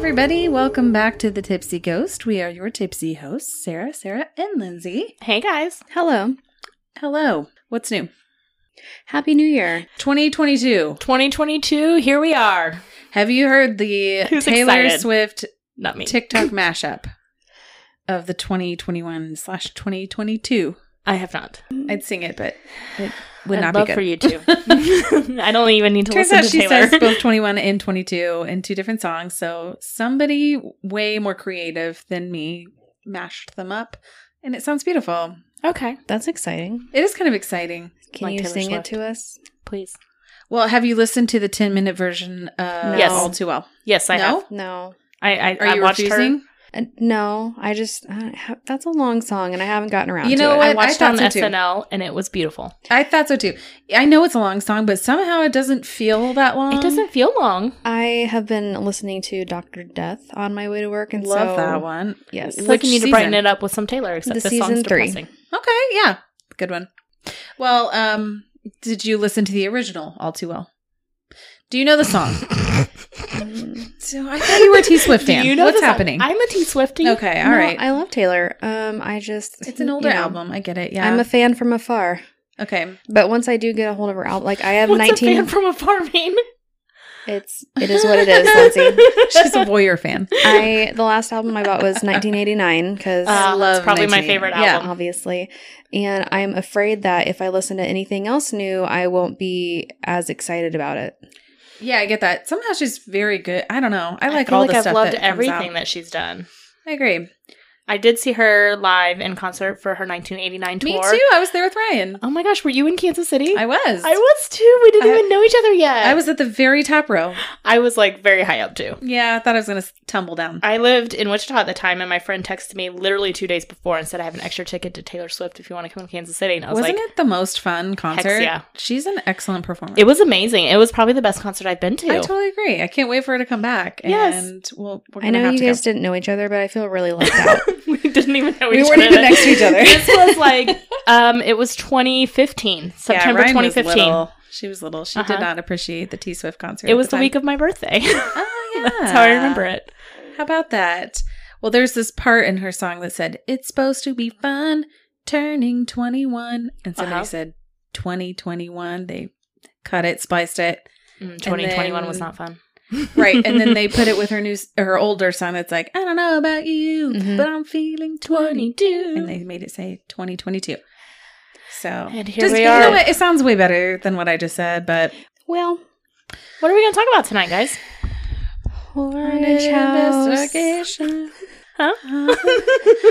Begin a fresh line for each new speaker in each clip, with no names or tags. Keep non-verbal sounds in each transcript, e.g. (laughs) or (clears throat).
everybody. Welcome back to The Tipsy Ghost. We are your tipsy hosts, Sarah, Sarah, and Lindsay.
Hey guys.
Hello.
Hello. What's new?
Happy New Year.
2022.
2022, here we are.
Have you heard the
(laughs) Who's
Taylor
excited?
Swift
Not me. (laughs)
TikTok mashup of the 2021 slash 2022?
I have not.
I'd sing it, but it would
I'd
not be
love
good. (laughs)
for you to. (laughs) I don't even need to
Turns
listen
out
to
she
Taylor.
says both 21 and 22 in two different songs. So somebody way more creative than me mashed them up, and it sounds beautiful.
(laughs) okay,
That's exciting.
It is kind of exciting.
Can
Like
you
Taylor
sing
Swift.
it to us?
please.
Well, have you listened to the 10 minute version of
Yes.
All Too Well?
Yes, I
No?
have.
No.
I, I,
Are
I
you
watched her.
refusing?
Uh, no, I just, I don't ha- that's a long song and I haven't gotten around
You
to
know
it.
what?
I
I
watched
thought
on
so too.
SNL and it was beautiful.
I thought so too. I know it's a long song, but somehow it doesn't feel that long.
it doesn't feel long.
I have been listening to Dr. Death on my way to work and
Love
so,
that one.
Yes.
It's like
Which
you need to
season?
brighten it up with some Taylor, except
The
this song's
season three.
depressing.
Okay, yeah. Good one. Well, um, did you listen to the original All Too Well? Do you know the song?
Mm.
so I thought you were a T
(laughs)
Swift
Do
fan.
you know
What's
the song?
happening?
I'm a T Swifty.
okay, all
No,
right.
I love Taylor. Um, I just,
it's an
you
older
know,
album. I get it. Yeah.
I'm a fan from afar.
(laughs)
(laughs)
okay.
But once I do get a hold of her album, like I
(laughs)
have
What's
19.
a fan from afar mean?
it's, it is what it is, Lindsay.
(laughs)
(laughs)
She's
Uh,
a Warrior fan.
I the last album I bought was 1989 because
Uh,
love
it's probably my
1989.
favorite
Yeah.
album.
obviously, and I'm afraid that if I listen to anything else new, I won't be as excited about it.
Yeah, I get that. Somehow she's very good. I don't know. I like
feel
all
like
the
I've
stuff.
loved
that comes out.
everything that she's done.
I agree.
I did see her live in concert for her 1989
Me
tour.
too. I was there with Ryan.
Oh my gosh, were you in Kansas City?
I was.
I was too. We didn't
I-
even know each other yet.
I was at the very top row.
I was like very high up too.
Yeah, I thought I was going to tumble down.
I lived in Wichita at the time, and my friend texted me literally two days before and said, "I have an extra ticket to Taylor Swift if you want to come to Kansas City." And I was
Wasn't
like,
it the most fun concert?
yeah.
She's an excellent performer.
it? was amazing. It was probably the best concert I've been to. (laughs)
I totally agree. I can't wait for her to come back.
Yes.
And we'll, we're
I
going to
know
have
you
to
guys
go.
didn't know each other, but I feel really
(laughs)
left out.
we didn't even know
We
each
weren't
other.
even next to each other.
this
(laughs)
was like, um, it was 2015, September
Ryan was
2015.
little. she was little. She
Uh-huh.
did not appreciate the T Swift concert.
It was the
time.
week of my birthday. (laughs)
Oh, yeah.
That's how I remember it.
How about that? Well, there's this part in her song that said, It's supposed to be fun turning 21. And somebody
Uh-huh.
said, 2021. They cut it, spiced it.
Mm, 2021 was
then-
not fun.
Right. And then they put it with her new, her older song that's like, I don't know about you,
Mm-hmm.
Mhm.
but I'm feeling 20.
22.
And they made it say 2022. So,
And here
just-
we
you know
are.
what? It sounds way better than what I just said, but
well,
What are we going to talk about tonight, guys?
Orange House.
investigation. (laughs)
Huh?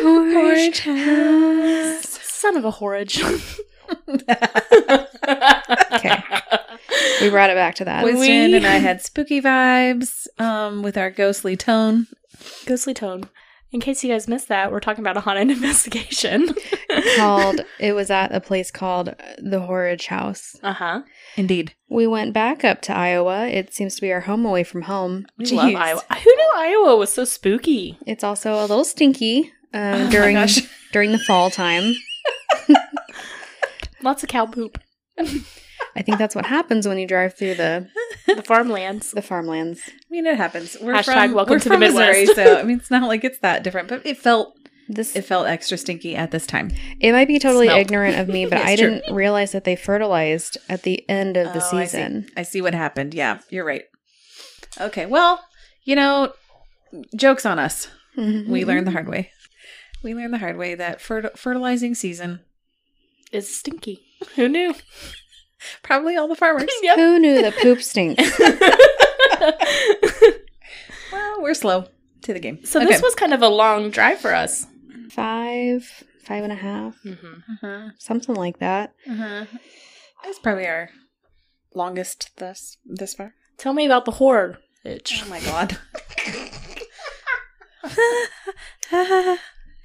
Orange
Orange House.
Son of a
(laughs)
horridge.
(laughs)
Okay. We brought it back to that.
We-
Winston and I had spooky vibes um, with our ghostly tone.
Ghostly tone. In case you guys missed that, we're talking about a haunted (laughs) investigation.
called it was at a place called the Horridge House.
Uh huh.
Indeed.
We went back up to Iowa. It seems to be our home away from home.
We
Jeez.
love Iowa. Who knew Iowa was so spooky?
It's also a little stinky
Oh
um,
my (laughs)
during
gosh.
during the fall time.
Lots of cow poop.
I think that's what happens when you drive through the
The farmlands.
the farmlands.
I mean, it happens. We're
Hashtag
from,
welcome
we're
to the
from Missouri,
Midwest.
so I mean, it's not like it's that different, but it felt
This
it felt extra stinky at this time.
it might be totally
Smell.
ignorant of me,
(laughs)
but
It's
I
true.
didn't realize that they fertilized at the end of the
Oh, I see.
season.
I see what happened. Yeah, you're right. Okay, well, you know, jokes on us. Mm-hmm. We
Mhm.
learned the hard way. We learned the hard way that fertil- fertilizing season
It's stinky.
(laughs)
Who knew?
probably all the (laughs) farmers.
Yep.
Who knew the poop stinks?
well, we're slow to the game.
(laughs) so this was kind of a long drive for us.
Five, five and a half,
Mm-hmm.
Uh-huh.
something
(laughs)
like that.
Uh-huh. That's probably our longest thus this far.
Tell me about the horror. Itch.
(laughs) Oh my god.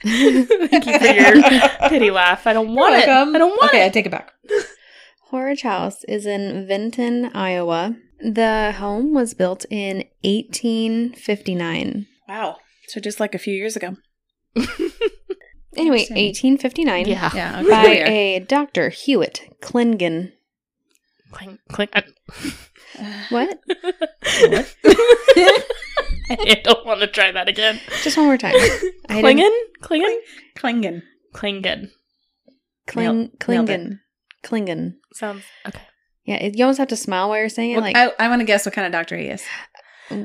Thank you for your pity laugh. I don't want it. I don't want
okay, I
it.
take it back.
Horridge House is in Vinton, Iowa. The home was built in 1859.
Wow. So just like a few years ago.
Anyway,
Interesting.
1859
Yeah.
Yeah. (laughs)
by
Okay. Here
a Dr. Hewitt Klingon.
Clink, clink.
we are.
What?
I don't want to try that again.
Just one more time. I didn't-
Klingon? Klingon?
Klingon.
Klingon.
Kling,
Nailed- nailed
Klingon. Klingon.
Sounds okay.
Yeah, it, you almost have to smile while you're saying it.
Well,
like,
I, I want to guess what kind of doctor he is.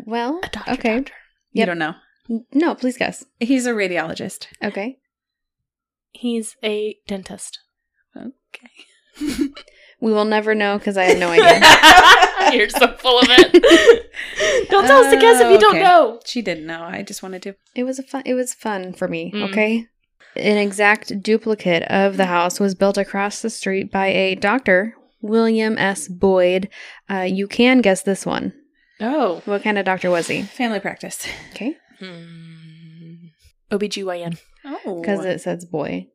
well,
A doctor,
Okay.
doctor.
You
Yep.
don't know.
n- no, please guess.
He's a radiologist.
Okay.
He's a dentist.
Okay.
We will never know because I have no idea.
(laughs) You're so full of it. (laughs) Don't tell us to guess if you don't
Okay.
know.
she didn't know. I just wanted to.
It was a fun. It was fun for me.
Mm.
Okay. An exact duplicate of the house was built across the street by a doctor, William S. Boyd. Uh, you can guess this one.
Oh.
What kind of doctor was he?
Family practice.
Okay,
Hmm. OBGYN.
Oh,
because it says boy,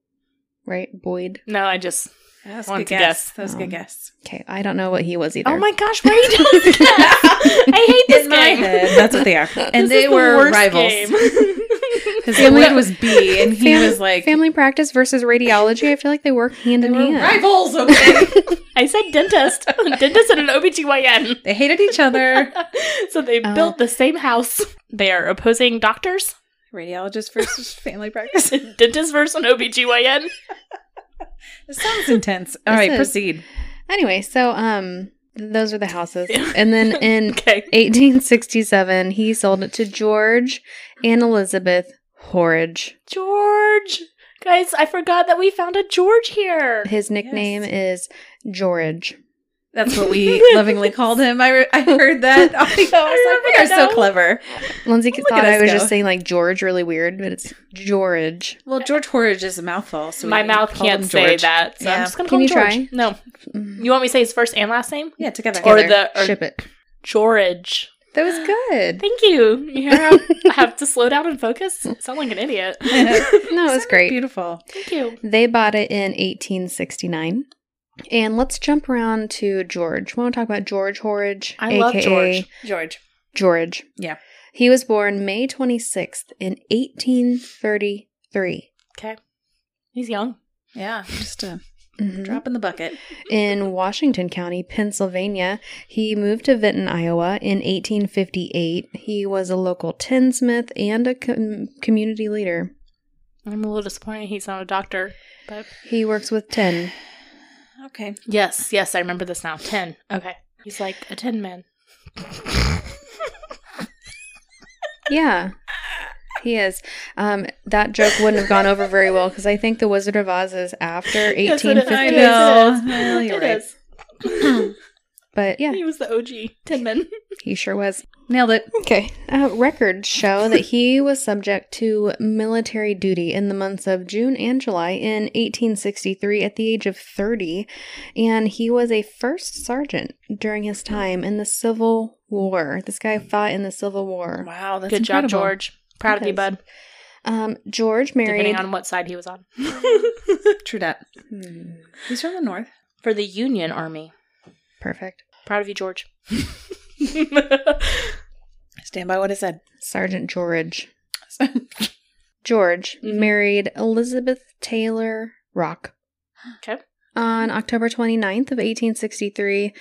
right? Boyd.
No, I just.
that was a
want
good
to
guess.
guess.
That was a
Um,
good guess.
Okay, I don't know what he was either.
Oh my gosh, why are you doing this? (laughs) I hate this
In my
game.
head, that's what they are. And
This
they
is the
were
worst
rivals.
game. (laughs)
His lead was B, and
(laughs)
he
Fam-
was like
Family practice versus radiology. I feel like they work hand
they
in
were
hand.
rivals. Okay,
I said
(laughs)
dentist. dentist and an OBGYN.
they hated each other.
(laughs) so they
Oh.
built the same house. (laughs) They are opposing doctors. (laughs)
Radiologist (laughs) versus family practice.
Dentist versus an OBGYN.
This sounds intense. All
This
right,
is-
proceed.
Anyway, so um, th- those were the houses, and then in
(laughs) Okay.
1867, he sold it to George and Elizabeth Horridge.
George. Guys, I forgot that we found a George here.
His nickname is George.
That's what we lovingly called him. I, re- I heard that. audio. (laughs) I was like, we are
remember
so
now.
clever.
Lindsay
Look at
thought I
us
was
go.
just saying like George really weird, but it's George.
Well, George Horridge is a mouthful, so we
My mouth
called him
can't say
George.
that, so I'm
Yeah.
just gonna
Can
call him
you
George. No,
Mm.
you want me to say his first and last name?
Yeah, together. (laughs)
Or
Together.
the- or-
ship it.
George.
That was good.
Thank you. You hear how I have to slow down and focus. (laughs) Sound like an idiot.
(laughs)
Thank
No, it was
Sounded
great.
Beautiful.
you.
They bought it in 1869. And let's jump around to George. We want to talk about George Horridge,
I love George.
George.
George.
Yeah.
He was born May 26th in 1833
Okay. He's young.
Yeah, just a
Mhm.
drop in the bucket.
in Washington County, Pennsylvania. He moved to Vinton, Iowa in 1858. He was a local tinsmith and a com- community leader.
I'm a little disappointed he's not a doctor. But
He works with tin.
Okay.
yes, yes, I remember this now. Ten. Okay. He's like a tin man.
Yeah. He is. Um, that joke wouldn't have gone over very well because I think The Wizard of Oz is after
Yes, it is.
1850.
I
It is,
know.
it is.
(laughs) Well, you're right.
It is.
But yeah,
He was the OG tin man.
he sure was.
Nailed it.
Okay. Uh, records show that he was subject to military duty in the months of June and July in 1863 at the age of 30, and he was a first sergeant during his time in the Civil War. This guy fought in the Civil
Oh
War.
Wow, that's
Good job,
incredible.
George. Proud of you,
Because-
bud.
Um, George married.
Depending on what side he was on.
True that.
Hmm,
He's from the north.
For the Union Army.
perfect.
Proud of you, George. (laughs)
Stand by what I said.
Sergeant George. George
Mhm.
married Elizabeth Taylor Rock.
Okay.
On October 29th of 1863,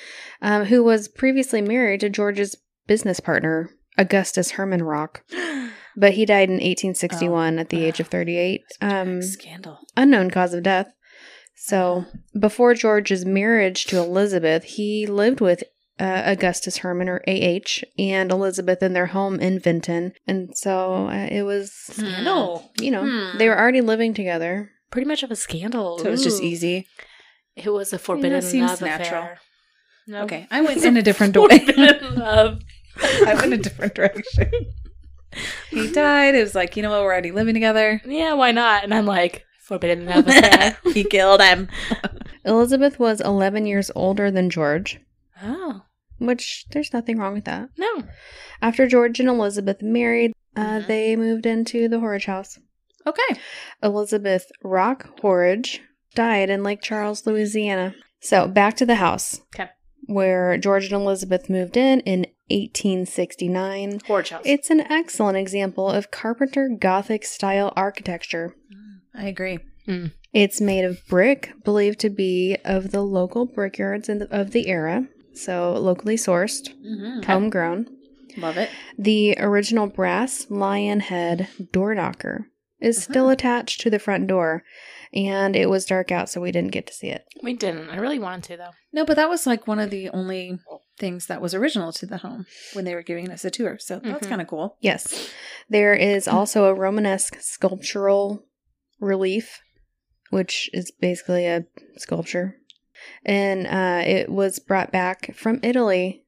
um, who was previously married to George's business partner, Augustus Herman Rock,
(gasps)
but he died in
Oh,
1861 at the age of 38, um,
Scandal.
unknown cause of death. So
Uh-huh.
before George's marriage to Elizabeth, he lived with uh, Augustus Herman or AH and Elizabeth in their home in Vinton. And so uh, it was,
Scandal.
you know,
Hmm.
they were already living together.
Pretty much of a scandal.
So it was just
Ooh.
easy.
It was a forbidden
seems
love
natural.
affair. No.
Okay. I went in a different door.
(laughs) forbidden love.
I went a different direction. (laughs) he died. It was like, you know what? We're already living together.
Yeah, why not? And I'm like, forbidden
(laughs)
love affair.
He killed him.
Elizabeth was 11 years older than George,
oh
which there's nothing wrong with that.
no.
After George and Elizabeth married, uh,
Mhm.
they moved into the Horridge house.
Okay.
Elizabeth Rock Horridge died in Lake Charles, Louisiana. So back to the house.
Okay.
Where George and Elizabeth moved in in 1869.
Horror house.
It's an excellent example of carpenter Gothic style architecture.
I agree.
It's made of brick, believed to be of the local brickyards in the, of the era, so locally sourced,
Mm-hmm.
homegrown.
Love it.
The original brass lion head door knocker is still
Uh-huh.
attached to the front door, and it was dark out, so we didn't get to see it.
We didn't. I really wanted to, though.
No, but that was like one of the only things that was original to the home when they were giving us a tour. So that's
Mhm.
kind of cool.
Yes, there is also a Romanesque sculptural relief, which is basically a sculpture, and uh, it was brought back from Italy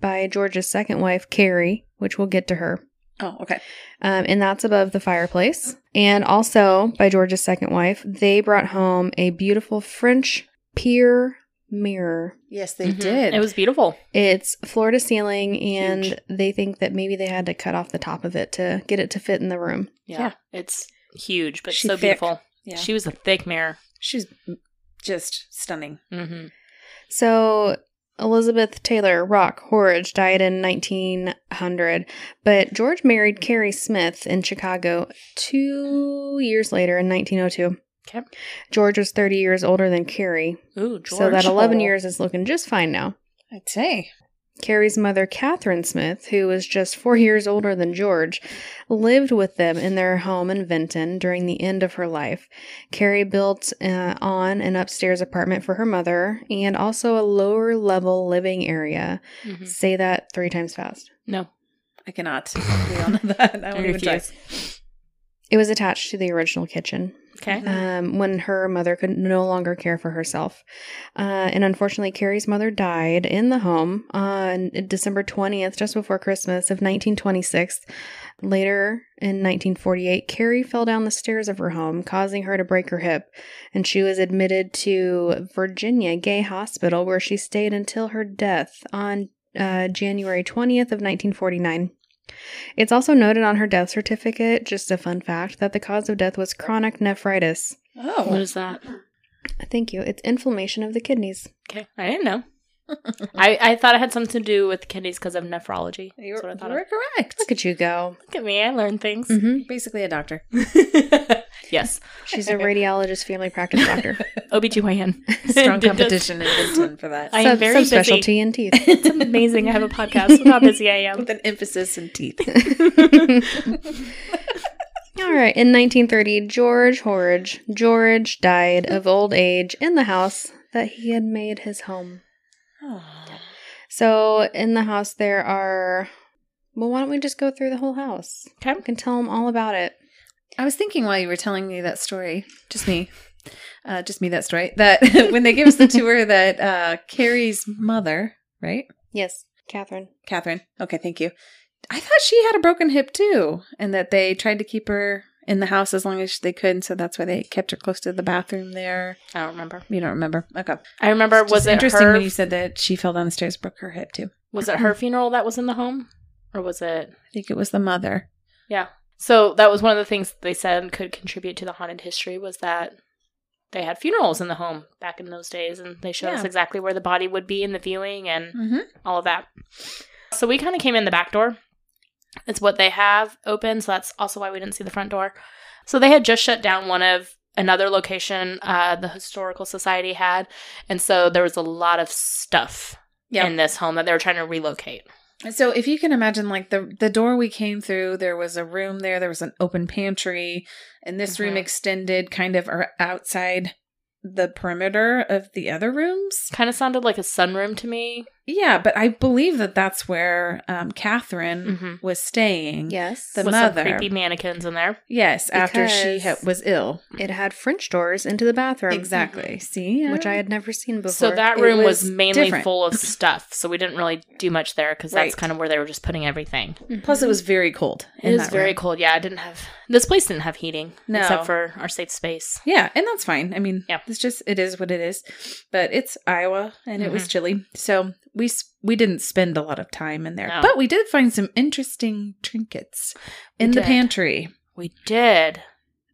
by George's second wife, Carrie, which we'll get to her.
Oh, okay.
Um, and that's above the fireplace. And also by George's second wife, they brought home a beautiful French pier mirror.
Yes, they
Mhm.
did.
It was beautiful.
It's floor to ceiling, and
Huge.
they think that maybe they had to cut off the top of it to get it to fit in the room.
Yeah.
Yeah.
It's huge, but
She
so
thick.
beautiful.
yeah.
She was a thick mirror.
She's just stunning.
Mm-hmm.
So Elizabeth Taylor Rock Horridge died in 1900, but George married Carrie Smith in Chicago two years later in 1902.
Okay.
George was 30 years older than Carrie.
Ooh, George.
So that 11
Oh.
years is looking just fine now.
I'd say.
Carrie's mother, Catherine Smith, who was just four (laughs) years older than George, lived with them in their home in Vinton during the end of her life. Carrie built uh, on an upstairs apartment for her mother and also a lower level living area.
Mm-hmm. Hmm.
Mhm.
Say that three times fast.
No.
I cannot. We all know (laughs) that. I
I
won't even try.
refuse.
It was attached to the original kitchen.
Okay.
Mhm.
um, when her mother could no longer care for herself. Uh, and unfortunately, Carrie's mother died in the home on December 20th, just before Christmas of 1926. Later in 1948, Carrie fell down the stairs of her home, causing her to break her hip. And she was admitted to Virginia Gay Hospital, where she stayed until her death on uh, January 20th of 1949. It's also noted on her death certificate, just a fun fact, that the cause of death was chronic nephritis.
What
Oh.
is that?
Thank you. It's inflammation of the kidneys.
Okay. I
(laughs)
didn't know. I, I thought it had something to do with kidneys because of nephrology.
You're,
That's what I thought.
you're
of.
(laughs) correct.
Look at you go.
Look at me. I
(laughs)
learned things. (laughs)
hmm
Basically a (laughs) doctor.
yes.
She's (laughs) a radiologist family practice (laughs) doctor.
OBGYN.
(laughs) Strong
Did this-
competition (laughs) in Vinton for that.
I am very busy.
subspecialty in teeth. (laughs)
It's amazing.
(laughs)
I have a podcast. Look how busy I am.
With an emphasis in (sighs) teeth. (laughs)
All right. In 1930, George Horridge, George died of old age in the house that he had made his home. So in the house there are. Well, why don't we just go through the whole house?
Okay.
I can tell them all about it.
I was thinking while you were telling me that story, just me, uh, just me that story, that (laughs) when they gave us the tour that uh, Carrie's mother, right?
Yes, Catherine.
Catherine. Okay, thank you. I thought she had a broken hip too, and that they tried to keep her in the house as long as they could. And so that's why they kept her close to the bathroom there.
I don't remember.
You don't remember. Okay.
I remember.
It's
was
just
it
interesting
her?
when you said that she fell down the stairs, broke her hip too?
was it her funeral that was in the home, or was it?
I think it was the mother.
So that was one of the things they said could contribute to the haunted history was that they had funerals in the home back in those days, and they showed us
Yeah.
exactly where the body would be in the viewing and
Mm-hmm.
all of that. So we kind of came in the back door. It's what they have open, so that's also why we didn't see the front door. So they had just shut down one of another location uh, the historical society had, and so there was a lot of stuff
Yeah.
in this home that they were trying to relocate.
So if you can imagine like the the door we came through, there was a room there, there was an open pantry, and this room
Mhm.
extended kind of ar- outside the perimeter of the other rooms.
Kind of sounded like a sunroom to me.
Yeah, but I believe that that's where um, Catherine
Mm-hmm.
was staying.
Yes.
The
With
mother.
some creepy mannequins in there.
Yes, after she
Because-
ha- was ill.
it had French doors into the bathroom.
Exactly. See,
Which I had never seen before.
So that
it
room was,
was
mainly
different.
full (laughs) of stuff. So we didn't really do much there because that's
Right.
kind of where they were just putting everything.
plus it was very cold.
Mm-hmm. It
in
was
that
very
room.
cold. Yeah, I didn't have this place didn't have heating
No.
except for our safe space.
Yeah, and that's fine. I mean,
Yeah.
it's just it is what it is. But it's Iowa, and it
Mm-hmm.
was chilly, so we s- we didn't spend a lot of time in there.
No.
But we did find some interesting trinkets
We
in the
did.
pantry.
We did.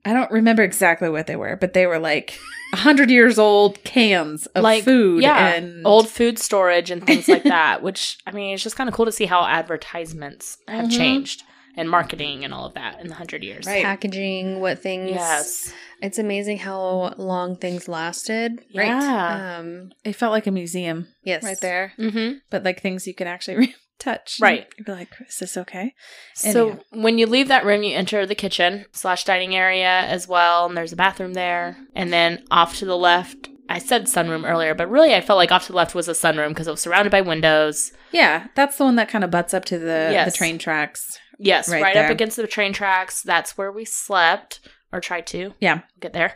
I don't remember exactly what they were, but they were like hundred years old cans of
Like,
food
yeah,
and
Old food storage and things (laughs) like that, which I mean, it's just kind of cool to see how advertisements have
Mhm.
changed and marketing and all of that in the hundred years.
Right.
packaging, what things.
Yes.
It's amazing how long things lasted.
Right.
Yeah.
Um,
It felt like a museum
yes.
right there,
mm-hmm.
but like things you can actually (laughs) re- touch.
Right.
You'd be like, is this okay?
So
Anyhow.
when you leave that room, you enter the kitchen slash dining area as well, and there's a bathroom there. And then off to the left, I said sunroom earlier, but really I felt like off to the left was a sunroom because it was surrounded by windows.
Yeah, that's the one that kind of butts up to the
Yes.
the train tracks.
Yes,
Right
right,
there.
up against the train tracks. That's where we slept or tried to.
Yeah.
We'll get there.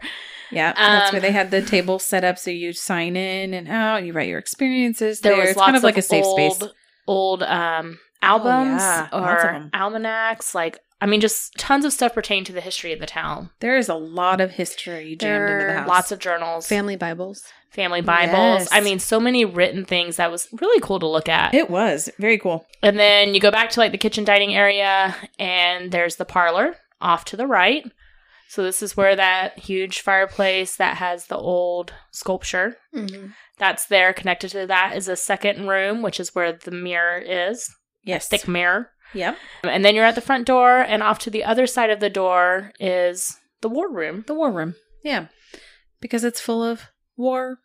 Yeah, that's where
Um,
they had the table set up so you sign in and out, and you write your experiences
There
there.
was
it's
lots
kind of like a safe
old,
space. Oh,
old um, albums
yeah, lots of
or
'em.
almanacs. Like, I mean, just tons of stuff pertaining to the history of the town.
There is a lot of history jammed into
There
the
are
house.
Lots of journals,
Family Bibles.
family Bibles.
Yes.
I mean, so many written things that was really cool to look at.
It was very cool.
And then you go back to like the kitchen dining area, and there's the parlor off to the right. So this is where that huge fireplace that has the old sculpture that's there connected to that is a second room, which is where the mirror is,
Yes.
thick mirror.
Yep.
And then you're at the front door, and off to the other side of the door is the war room.
The war room. Yeah. Because it's full of war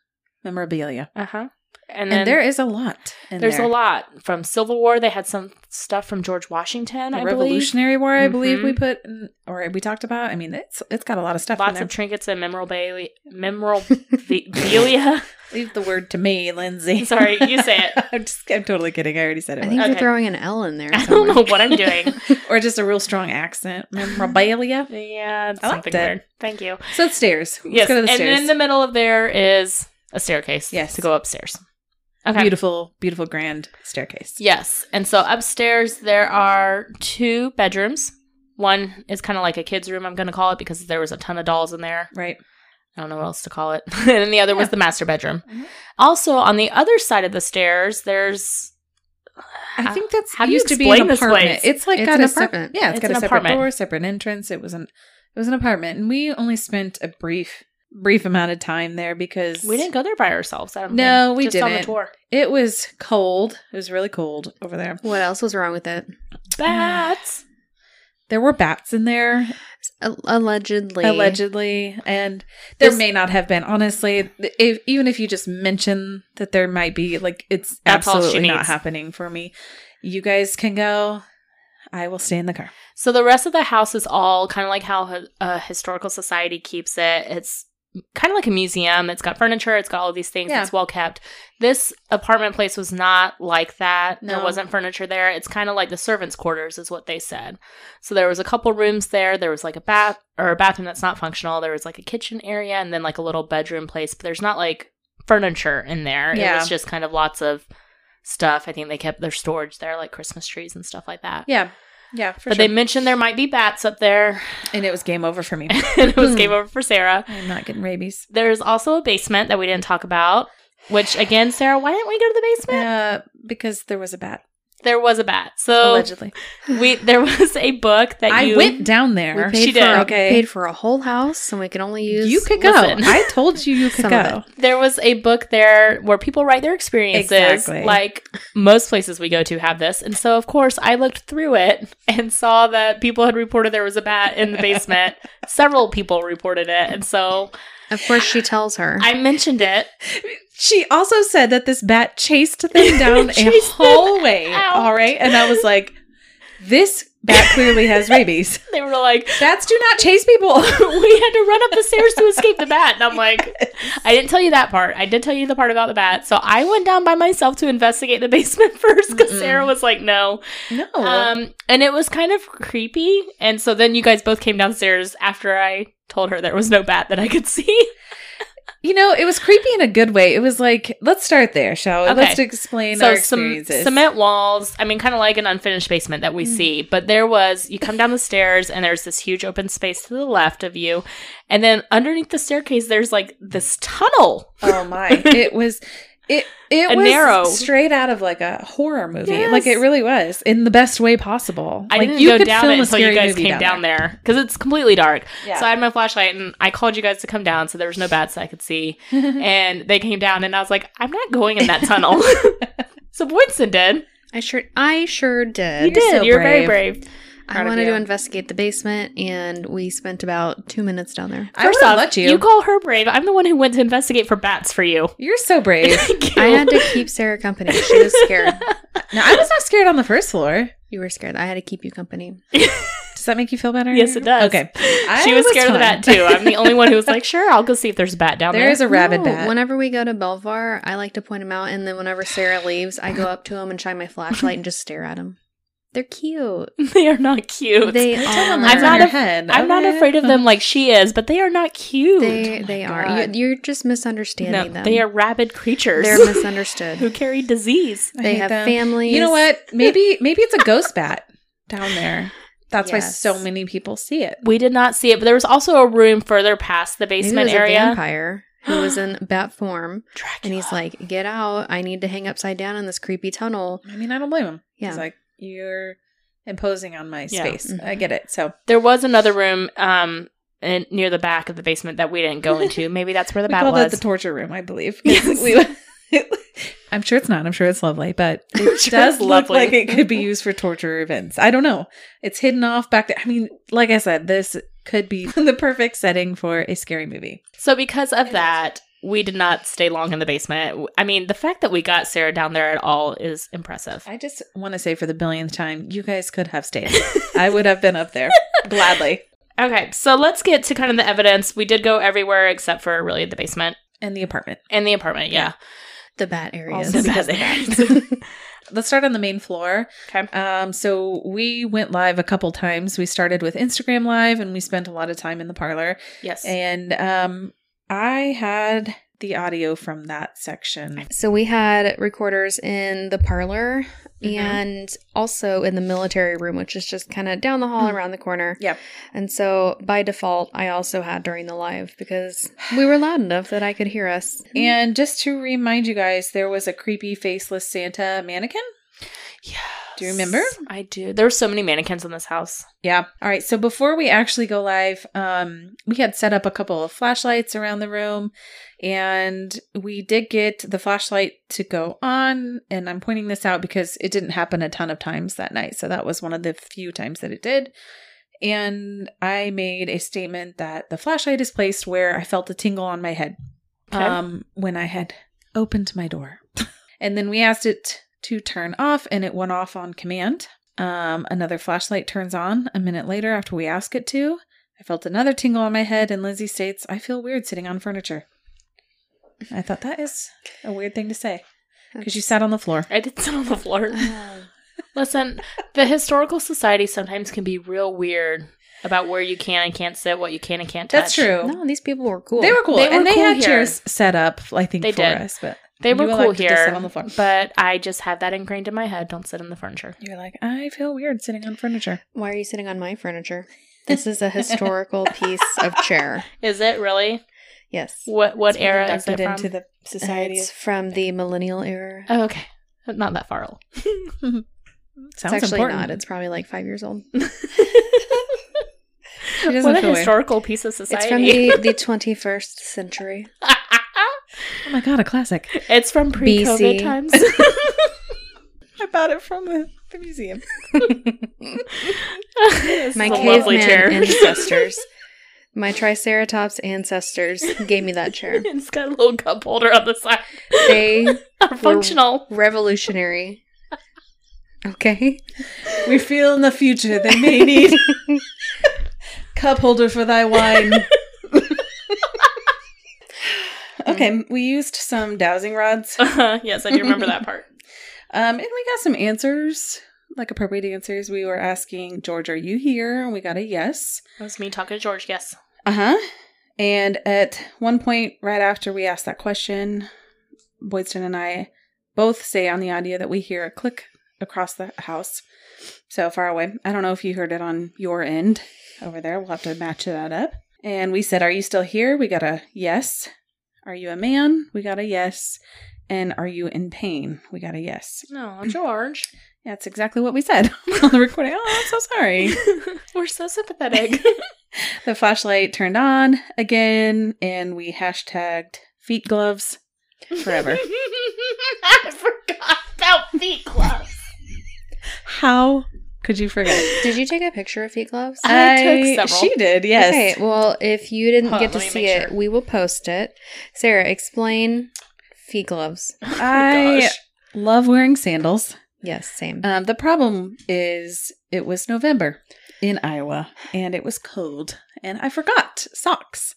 memorabilia.
Uh huh. And
And,
then
there is a lot. in
there's
there.
a lot from Civil War. They had some stuff from George Washington,
The
I believe.
Revolutionary War, I believe
Mhm.
we put, in- or we talked about. I mean, it's it's got a lot of stuff. in
Lots
there.
of trinkets and memorabilia.
(laughs)
memorabilia. (laughs)
Leave the word to me, Lindsay.
Sorry, you say it.
(laughs) I'm just, I'm totally kidding. I already said it.
I think
was.
you're
Okay.
throwing an L
(laughs)
in there.
I don't
somewhere.
know what
(laughs)
I'm doing.
or just a real strong accent. Memorabilia.
yeah, it's
I liked
something
it.
weird. Thank you.
so it's stairs. Let's
yes,
go to the
and
stairs.
in the middle of there is a staircase.
Yes.
to go upstairs. Okay.
Beautiful, beautiful grand staircase.
Yes, and so upstairs there are two bedrooms. One is kind of like a kid's room, I'm going to call it, because there was a ton of dolls in there.
Right.
I don't know what else to call it. (laughs) and then the other was
Yeah.
the master bedroom.
Mhm.
Also, on the other side of the stairs, there's.
I think that's
Uh, How do you
used to be an
explain this
apartment.
place?
It's like
It's
got
an
a sep-
apartment.
yeah, it's
It's
got a
an
separate
apartment.
door, separate entrance. It was an it was an apartment, and we only spent a brief brief amount of time there because
We didn't go there by ourselves. I don't
No,
think.
we
Just on the
didn't.
tour.
It was cold. It was really cold over there.
What else was wrong with it?
Bats.
There were bats in there
A- allegedly.
allegedly, and there
This-
may not have been. Honestly, if, even if you just mention that there might be, like it's
That's all she
absolutely not
needs.
happening for me. You guys can go. I will stay in the car.
So the rest of the house is all kind of like how hi- a historical society keeps it. It's kind of like a museum. It's got furniture. It's got all these things.
Yeah.
It's well kept. This apartment place was not like that.
No.
There wasn't furniture there. It's kind of like the servants' quarters, is what they said. So there was a couple rooms there. There was like a bath or a bathroom that's not functional. There was like a kitchen area and then like a little bedroom place. But there's not like furniture in there.
Yeah.
It was just kind of lots of stuff. I think they kept their storage there, like Christmas trees and stuff like that.
Yeah, yeah, for
but
sure.
they mentioned there might be bats up there, (laughs)
and it was game over for me.
and it
(laughs)
was game over for Sarah.
I'm not getting rabies.
There's also a basement that we didn't talk about, which again, Sarah, why didn't we go to the basement?
Uh, because there was a bat,
There was a bat, so
allegedly.
we there was a book Oh, that
I
you
went down
We
there.
paid
She
for
did.
A,
Okay.
Paid for a whole house, and we could only use.
You could go.
listen.
I told you you could
Some of
go.
there was a book there where people write their experiences,
Exactly.
like most places we go to have this, and so of course I looked through it and saw that people had reported there was a bat in the
(laughs)
basement. Several people reported it, and so
Of course, she tells her.
I mentioned it.
She also said that this bat chased
(laughs)
them down a
Chased them
hallway.
(laughs) out.
All right, and I was like, this bat clearly has rabies.
(laughs) They were like,
Bats do not chase people.
(laughs) we had to run up the stairs to escape the
(laughs)
bat. And I'm like, I didn't tell you that part. I did tell you the part about the bat. So I went down by myself to investigate the basement (laughs) first because
Mm-mm.
Sarah was like, no.
(laughs) No.
Um, and it was kind of creepy. And so then you guys both came downstairs after I told her there was no bat that I could (laughs) see.
you know, it was creepy in a good way. It was like, let's start there, shall we?
Okay.
Let's explain our
so some
experiences. Mm.
cement walls. I mean, kind of like an unfinished basement that we see. But there was you come down the stairs and there's this huge open space to the left of you, and then underneath the staircase there's like this tunnel.
Oh my! It was it it
A
was
narrow-
straight out of like a horror movie.
Yes.
Like it really was in the best way possible.
I
like,
didn't go down it until you guys came down there because it's completely dark. So I had my flashlight and I called you guys to come down, so there was no bats that I could see. and they came down, and I was like, "I'm not going in that tunnel." (laughs) so Winston did.
I sure. I sure
You
did.
did. so
You're very
brave.
brave.
I
Proud of
wanted
you.
to investigate the basement, and we spent about two minutes
(laughs)
down there.
I would
First off,
have let you.
you call her brave. I'm the one who went to investigate for bats for you. (laughs)
You're so brave.
Thank you.
I
(laughs)
had to keep Sarah company. She was scared.
no, I was not scared on the first floor.
you were scared. I had to keep you company.
Does that make you feel better?
Yes, it does.
Okay.
she
I
was
was
scared of the
fine.
bat too. I'm the only one who
(laughs)
was like, sure, I'll go see if there's a bat down there.
There is a rabid
No,
bat.
Whenever we go to Belvoir, I like to point him out, and then whenever Sarah leaves, I go up to him and shine my flashlight and just stare at him. They're cute.
(laughs) they are not cute. (laughs)
They
I
are.
(gasps) told them
I'm
that's
not
on your
a-
head.
I'm not
Okay.
afraid of them like she is, but they are not cute.
They they
Oh
my
are.
God.
You, you're just misunderstanding
no,
them.
they are rabid creatures (laughs)
They're
who
misunderstood.
carry disease.
I
they
hate
have
them.
families.
You know what? Maybe maybe it's a ghost bat down there. That's why
Yes.
so many people see it.
We did not see it, but there was also a room further past the
Maybe
basement
there's a
area.
vampire who was
(gasps)
in bat form,
Dracula.
and he's like, "Get out! I need to hang upside down in this creepy tunnel."
I mean, I don't blame him.
Yeah.
He's like, you're imposing on my
Yeah.
space.
Mhm.
I get it. So
There was another room um in, near the back of the basement that we didn't go
(laughs)
into. Maybe that's where the
we
bat
called
was.
it the
(laughs)
torture room, I believe. (laughs)
Yes.
We- (laughs) I'm sure it's not. I'm sure it's lovely, but it (laughs)
sure
does
it's
look
lovely.
like it
(laughs)
could be used for torture events. I don't know. It's hidden off back there. I mean, like I said, this could be (laughs) the perfect setting for a scary movie.
so because of that, we did not stay long in the basement. I mean, the fact that we got Sarah down there at all is impressive.
I just want to say for the billionth time, you guys could have stayed. I would have been up
(laughs)
there gladly.
Okay, so let's get to kind of the evidence. We did go everywhere except for really the basement
And the apartment.
and the apartment. Yeah.
The bat areas.
Also
because
because of Let's start on the main floor.
Okay.
Um, so we went live a couple times. We started with Instagram Live and we spent a lot of time in the parlor.
(laughs)
(laughs)
Yes.
And um, I had the audio from that section.
So we had recorders in the parlor
Mhm.
Mm-hmm.
and also in the military room, which is just kind of down the hall around the corner.
Mm. Yep.
And so by default, I also had during the live because we were loud enough that I could hear
(sighs)
us.
And just to remind you guys, there was a creepy faceless Santa mannequin.
Yes.
Do you remember?
I do. There were so many mannequins in this house.
Yeah. All right. So before we actually go live, um, we had set up a couple of flashlights around the room, and we did get the flashlight to go on. And I'm pointing this out because it didn't happen a ton of times that night. So that was one of the few times that it did. And I made a statement that the flashlight is placed where I felt a tingle on my head
Okay.
um, when I had opened my door. and then we asked it to turn off, and it went off on command. Um, another flashlight turns on a minute later after we ask it to. I felt another tingle on my head, and Lindsay states, I feel weird sitting on furniture. I thought that is a weird thing to say because you sat on the floor.
I did sit on the floor. Listen, the historical society sometimes can be real weird about where you can and can't sit, what you can and can't touch.
That's true.
No, these people were cool.
They were cool,
They were
and they
cool
had
here.
chairs set up, I think,
They
for
did.
us. But
They were
You
cool
elected to sit
here,
on the floor.
but I just have that ingrained in my head. Don't sit on the furniture.
you're like, I feel weird sitting on furniture.
Why are you sitting on my furniture? This is a
(laughs)
historical piece of chair.
Is it really?
Yes.
What what
It's been
era is it
inducted
from?
into the society?
It's from the millennial era.
oh, okay, not that far
(laughs)
old.
Sounds
it's actually
important.
not. It's probably like five years old.
She doesn't
what a
feel weird.
historical piece of
It's from
society.
the,
(laughs)
the 21st century.
Oh my god, a classic.
(laughs) It's from pre-COVID
BC.
times. (laughs)
(laughs) I bought it from the, the museum.
This
My
is a lovely chair.
caveman (laughs) ancestors, my Triceratops ancestors gave me that chair.
it's got a little cup holder on the side.
They
(laughs) Are functional.
revolutionary. Okay.
We feel in the future they may (laughs) need cup holder for thy wine. (laughs) okay, we used some dowsing rods.
Uh-huh. yes, I do remember that part.
Um, and we got some answers, like appropriate answers. We were asking George, "Are you here?" And we got a yes.
(laughs) That was me talking to George. Yes.
Uh huh. And at one point, right after we asked that question, Boydston and I both say on the audio that we hear a click across the house, so far away. I don't know if you heard it on your end over there. We'll have to match that up. And we said, Are you still here? We got a yes. Are you a man? We got a yes. And are you in pain? We got a yes.
No, George.
That's exactly what we said (laughs) on the recording. Oh, I'm so sorry.
(laughs) We're so (laughs) sympathetic.
The flashlight turned on again, and we hashtagged feet gloves forever.
(laughs)
(laughs) I forgot about feet gloves.
How could you forget?
(laughs) Did you take a picture of feet gloves?
I took several.
She did, yes.
Okay, well, if you didn't
Hold
get
on,
to
let me
see
make
it,
sure.
we will post it. Sarah, explain feet gloves.
I-
Oh Gosh.
Love wearing sandals.
Yes, same.
Um, the problem is it was November in Iowa and it was cold and I forgot socks.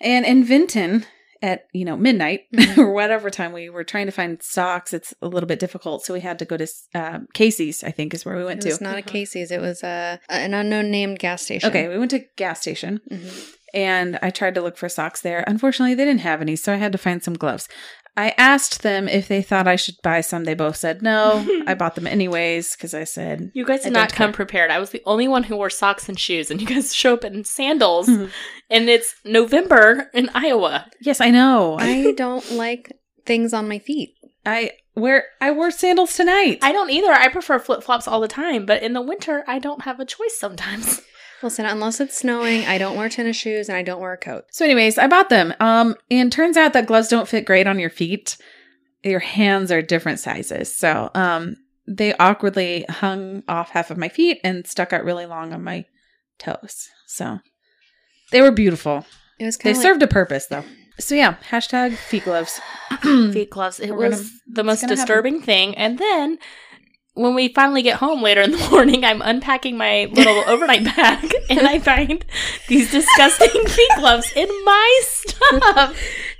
And in Vinton at, you know, midnight (laughs)
Mhm.
or whatever time we were trying to find socks, it's a little bit difficult. So we had to go to um, Casey's, I think is where we went
it
to.
was not a Casey's. It was a, an unknown named gas station.
okay, we went to gas station
Mhm.
and I tried to look for socks there. Unfortunately, they didn't have any, so I had to find some gloves. I asked them if they thought I should buy some. They both said no. I bought them anyways because I said
You guys
I
did not
don't
come prepared. I was the only one who wore socks and shoes, and you guys show up in sandals,
Mhm.
and it's November in Iowa.
Yes, I know. I,
(laughs) I don't like things on my feet.
I wear I wore sandals tonight.
I don't either. I prefer flip flops all the time, but in the winter, I don't have a choice sometimes.
Listen, unless it's snowing, I don't wear tennis shoes and I don't wear a coat.
so, anyways, I bought them. Um, and turns out that gloves don't fit great on your feet. Your hands are different sizes, so um, they awkwardly hung off half of my feet and stuck out really long on my toes. So they were beautiful.
It was
They
kind of
served a purpose, though. So yeah, hashtag feet (clears throat) gloves.
Feet gloves. It
Mm. We're
was
gonna-
the most
gonna happen.
disturbing thing. And then when we finally get home later in the (laughs) morning, I'm unpacking my
(laughs)
little overnight bag, and I find
(laughs)
these disgusting feet gloves in my stuff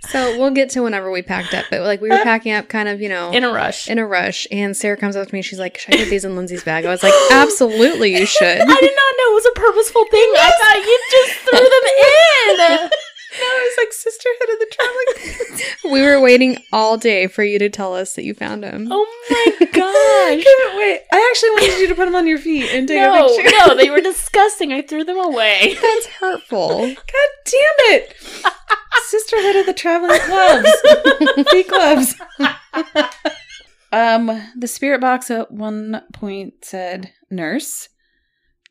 So we'll get to whenever we packed up, but like we were packing up kind of, you know,
Uh, in a rush.
in a rush. And Sarah comes up to me. She's like, Should I put these in Lindsay's bag? I was like,
(gasps)
Absolutely, you should.
I did not know it was a purposeful thing. I thought you just threw
(laughs)
them in.
it's like sisterhood of the (laughs) traveling.
We were waiting all day for you to tell us that you found them.
Oh my gosh.
Wait, I actually wanted you to put them on your feet and (laughs) take a
No,
picture.
no, they were disgusting. I threw them away.
That's hurtful.
God damn (laughs) it! Sisterhood of the Traveling (laughs) Gloves. Feet gloves. um, the spirit box at one point said nurse,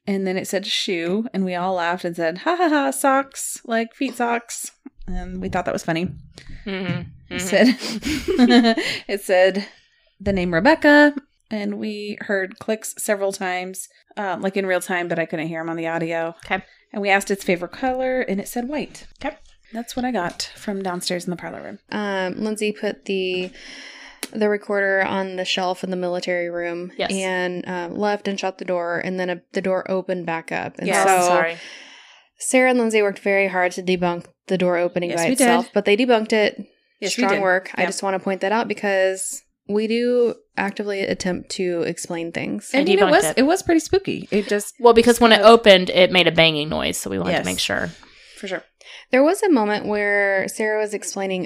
and then it said shoe, and we all laughed and said, ha ha ha, socks, like feet socks. And we thought that was funny. It said
Mm-hmm. (laughs)
(laughs) it said the name Rebecca, and we heard clicks several times, um, like in real time, but I couldn't hear them on the audio.
Okay.
And we asked its favorite color, and it said white.
Okay.
That's what I got from downstairs in the parlor room.
Um, Lindsay put the the recorder on the shelf in the military room
Yes.
and um, left and shut the door and then a, the door opened back up and
Yes.
so
Oh,
sorry.
sarah and lindsay worked very hard to debunk the door opening
Yes,
by
we did.
itself but they debunked it
Yes, we
strong
did.
work. I
Yeah.
just want to point that out because we do actively attempt to explain things.
I
And
mean, it
debunked
was
it.
it was pretty spooky. It just
Well, because when it opened, it made a banging noise, so we wanted
Yes.
to make sure.
for sure.
there was a moment where Sarah was explaining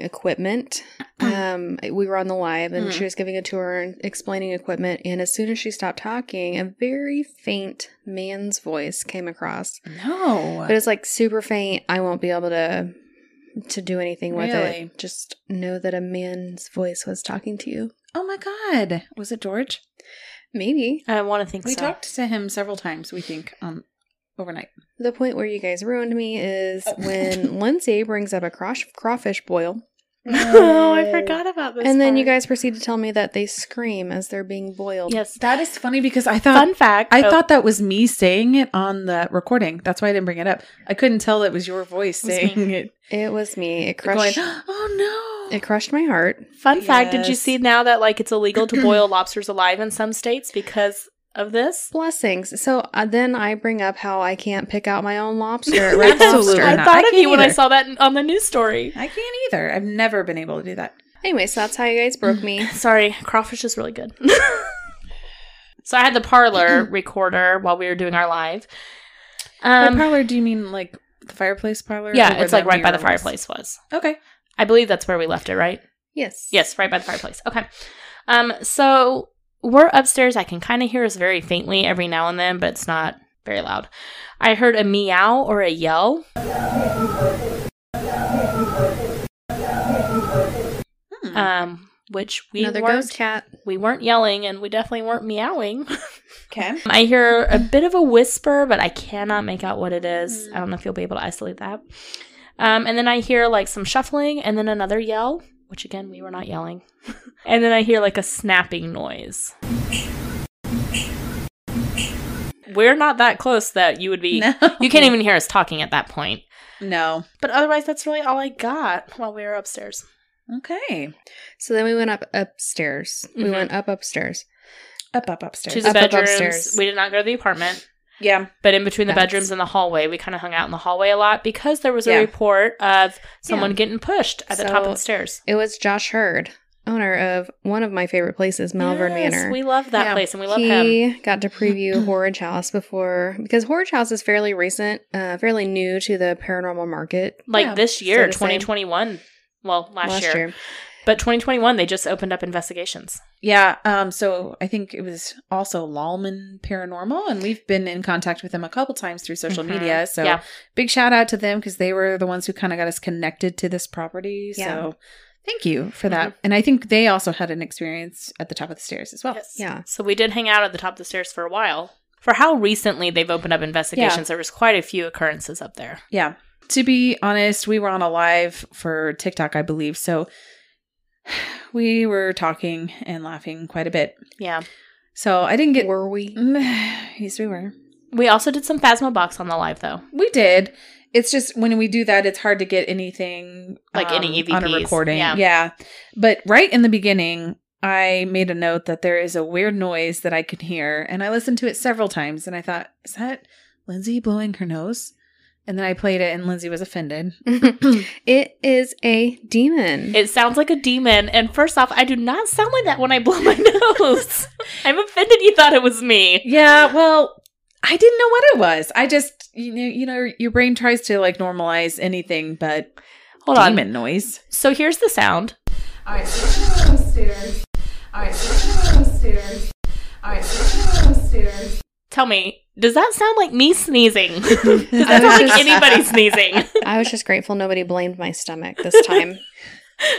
(clears throat)
equipment. Um, we were on the live and
Mm.
she was giving a tour and explaining equipment. And as soon as she stopped talking, a very faint man's voice came across.
No.
But it's like super faint. I won't be able to to do anything with
Really?
it. Just know that a man's voice was talking to you.
oh my god. Was it George?
Maybe
I want to think
We
so.
talked to him several times, we think, um overnight.
The point where you guys ruined me is
Oh.
when Lindsay brings up a crawfish, crawfish boil,
oh, I forgot about this.
and then you
part.
guys proceed to tell me that they scream as they're being boiled.
Yes.
That is funny because I thought
Fun fact.
I
oh,
thought that was me saying it on the recording. That's why I didn't bring it up. I couldn't tell it was your voice
It was
saying it.
It was me. It
Going, (gasps)
crushed.
oh no.
It crushed my heart.
Fun fact. Did you
Yes.
see now that like it's illegal
(clears throat)
to boil lobsters alive in some states because of this?
Blessings. So uh, then I bring up how I can't pick out my own lobster
(laughs)
at Red
Absolutely
Lobster.
not.
I thought
I
of
can't
you when I
either.
saw that on the news story.
I can't either. I've never been able to do that.
Anyway, so that's how you guys broke
(laughs)
me.
Sorry, crawfish is really good. (laughs) so I had
(clears throat)
the parlor recorder while we were doing our live.
By
Um,
parlor, do you mean like the fireplace parlor? or
yeah,
where
it's like right by the
mirror was?
fireplace was.
Okay.
I believe that's where we left it, right?
Yes.
Yes, right by the fireplace. Okay. Um, so we're upstairs. I can kind of hear us very faintly every now and then, but it's not very loud. I heard a meow or a yell.
Hmm.
Um, which we
Another
weren't.
ghost cat.
We weren't yelling, and we definitely weren't meowing.
okay.
I hear a bit of a whisper, but I cannot make out what it is. I don't know if you'll be able to isolate that. Um, and then I hear like some shuffling and then another yell, which again, we were not yelling. (laughs) and then I hear like a snapping noise. We're not that close that you would
(laughs)
be.
No.
You can't even hear us talking at that point.
No.
But otherwise, that's really all I got while we were upstairs.
Okay.
So then we went up upstairs. We
Mhm.
went up upstairs.
Up, up,
To
upstairs.
the
Up, up,
bedrooms.
upstairs.
We did not go to the apartment.
yeah.
But in between the
That's-
bedrooms and the hallway, we kind of hung out in the hallway a lot because there was a
Yeah.
report of someone
Yeah.
getting pushed at the top of
So-
the stairs.
It was Josh Hurd, owner of one of my favorite places, Malvern
Yes,
Manor.
We love that
Yeah.
place and we love him.
he got
(clears throat)
to preview Horridge House before because Horridge House is fairly recent, uh, fairly new to the paranormal market.
Like
Yeah,
this year,
the same.
2021. Well, last, year. But 2021, they just opened up investigations.
Yeah. Um, so I think it was also Lallman Paranormal, and we've been in contact with them a couple times through social
Mhm.
media. So
Yeah.
big shout out to them because they were the ones who kind of got us connected to this property.
Yeah.
So thank you for that.
Mm-hmm.
And I think they also had an experience at the top of the stairs as well.
Yes.
Yeah.
So we did hang out at the top of the stairs for a while. For how recently they've opened up investigations, there was quite a few occurrences up there.
Yeah. To be honest, we were on a live for TikTok, I believe. So (sighs) we were talking and laughing quite a bit.
Yeah.
So I didn't get.
Were we?
Mm-hmm.
(sighs) yes, we were.
We also did some Phasma Box on the live, though.
We did. It's just when we do that, it's hard to get anything um,
Like any
on a
EVPs.
recording.
Yeah.
Yeah. But right in the beginning, I made a note that there is a weird noise that I could hear, and I listened to it several times, and I thought, is that Lindsay blowing her nose? And then I played it, and Lindsay was
(laughs)
offended.
it is a demon.
It sounds like a demon. And first off, I do not sound like that when I blow my (laughs) nose. I'm offended you thought it was me.
Yeah, well, I didn't know what it was. I just you know, you know your brain tries to like normalize anything but
Hold on.
demon noise.
So here's the sound.
All right, so we're upstairs. All right, so we're upstairs. All right, so we're upstairs.
Tell me, does that sound like me
(laughs)
sneezing? Does that
was
sound like
just-
anybody sneezing?
(laughs)
(laughs)
I was just grateful nobody blamed my stomach this time.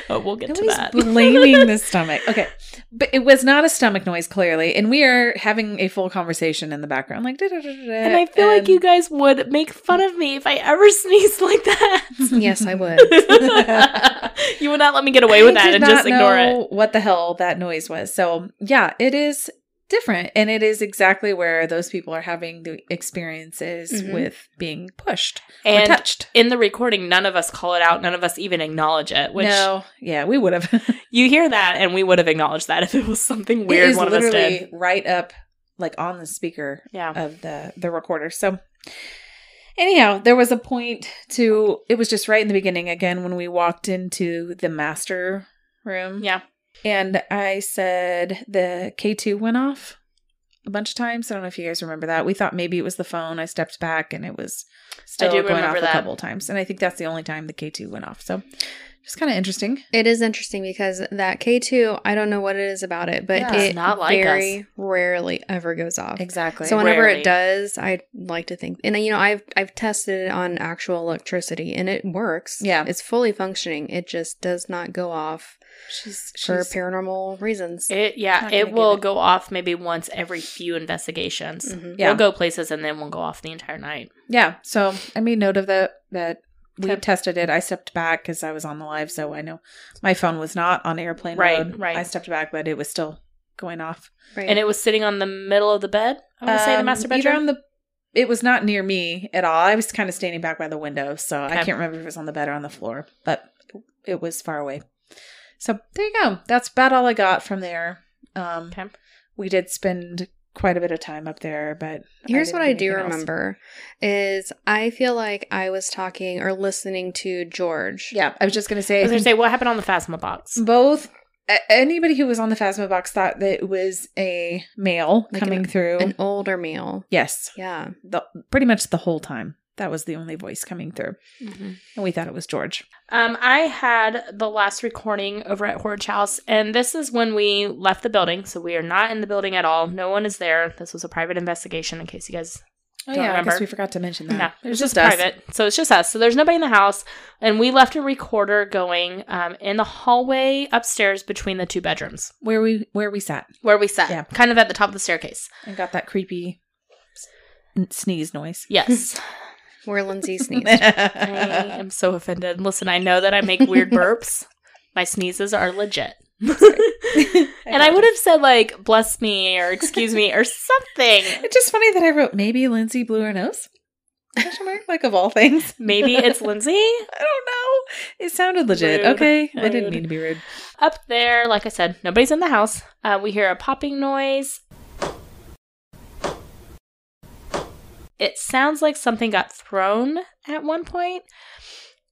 Oh, we'll get
Nobody's
to that.
blaming the stomach. Okay. But it was not a stomach noise clearly, and we are having a full conversation in the background like
(laughs) And I feel like you guys would make fun of me if I ever (laughs) sneezed
(laughs)
like that. (laughs)
yes, I would.
you would not let me get away with
I
that
did
and
not
just ignore it.
know What the hell that noise was. So, yeah, it is different and it is exactly where those people are having the experiences
Mhm.
with being pushed or
Mm-hmm. And
touched.
in the recording, none of us call it out. None of us even acknowledge it, which
no, yeah, we would have. (laughs)
you hear that and we would have acknowledged that if it was something
it
weird
is
one of us
literally
did.
right up like on the speaker
Yeah.
of the the recorder so anyhow there was a point to it was just right in the beginning again when we walked into the master room
Yeah.
and i said the k2 went off a bunch of times i don't know if you guys remember that we thought maybe it was the phone i stepped back and it was still
do
going off
remember that.
a couple of times and i think that's the only time the k2 went off so just kind of interesting
It is interesting because that K2, I don't know what it is about it, but
Yeah.
it
It's not like
very rarely ever goes off.
exactly
So whenever
Rarely.
it does, I like to think, and you know, I've I've tested it on actual electricity, and it works.
Yeah.
it's fully functioning. It just does not go off
she's,
for
she's
paranormal reasons.
It yeah,
Not gonna
it
give
will
it. Mm,
go off maybe once every few investigations.
Mhm.
Yeah.
We'll go places and then we'll go off the entire night.
Yeah. So I made note of that that we
Okay.
tested it. I stepped back because I was on the live, so I know my phone was not on airplane
Right,
mode.
right.
I stepped back, but it was still going off.
Right.
And it was sitting on the middle of the bed. I want to say the
Um,
master
either
bedroom.
on the- it was not near me at all. I was kind of standing back by the window, so I
Okay.
can't remember if it was on the bed or on the floor, but it was far away. So there you go. That's about all I got from there. Um,
Okay.
We did spend quite a bit of time up there, but
Here's
didn't
what I
do
do
anything else.
remember is I feel like I was talking or listening to George.
yeah, I was just gonna say.
I
I
was gonna
think
say what happened on the phasma box.
Mm. both a- anybody who was on the phasma box thought that it was a male
Like
coming through
An older male.
yes
Yeah.
the, pretty much the whole time that was the only voice coming through and we thought it was george
Um, I had the last recording over at Horridge House, and this is when we left the building. So we are not in the building at all. No one is there. This was a private investigation, in case you guys
oh
Don't
yeah i
remember.
guess we forgot to mention that
Yeah,
it was
just
just us
private. So it's just us. So there's nobody in the house. And we left a recorder going um, in the hallway upstairs between the two bedrooms
where we where we sat
where we sat,
Yeah.
kind of at the top of the staircase.
and got that creepy s- sneeze noise
Yes.
Where
(laughs)
Lindsay
(laughs)
sneezed.
I
yeah
am so offended. Listen, I know that I make weird burps. My sneezes are legit. (laughs) and I would have said like bless me or excuse me or something.
It's just funny that I wrote maybe Lindsay blew her nose. Question mark, like of all things. (laughs)
Maybe it's Lindsay.
I don't know. It sounded legit.
Rude.
Okay. I
Rude.
didn't mean to be rude.
Up there, like I said, nobody's in the house. Uh, we hear a popping noise. It sounds like something got thrown at one point.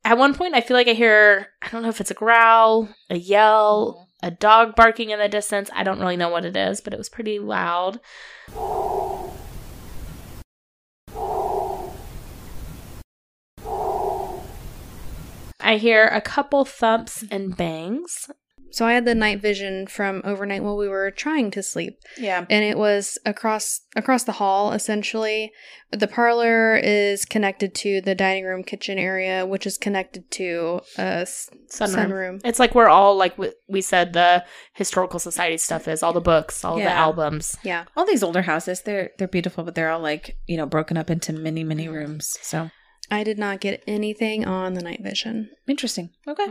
At one point, I feel like I hear I don't know if it's a growl, a yell, a dog barking in the distance. I don't really know what it is, but it was pretty loud. I hear a couple thumps and bangs.
So I had the night vision from overnight while we were trying to sleep.
Yeah.
and it was across across the hall essentially the parlor is connected to the dining room kitchen area which is connected to a s-
Sunroom.
sunroom
It's like we're all like we- we said the historical society stuff is all the books, all the
Yeah.
albums.
yeah
All these older houses, they're they're beautiful, but they're all like, you know, broken up into many, many rooms. So
i did not get anything on the night vision
interesting. Okay.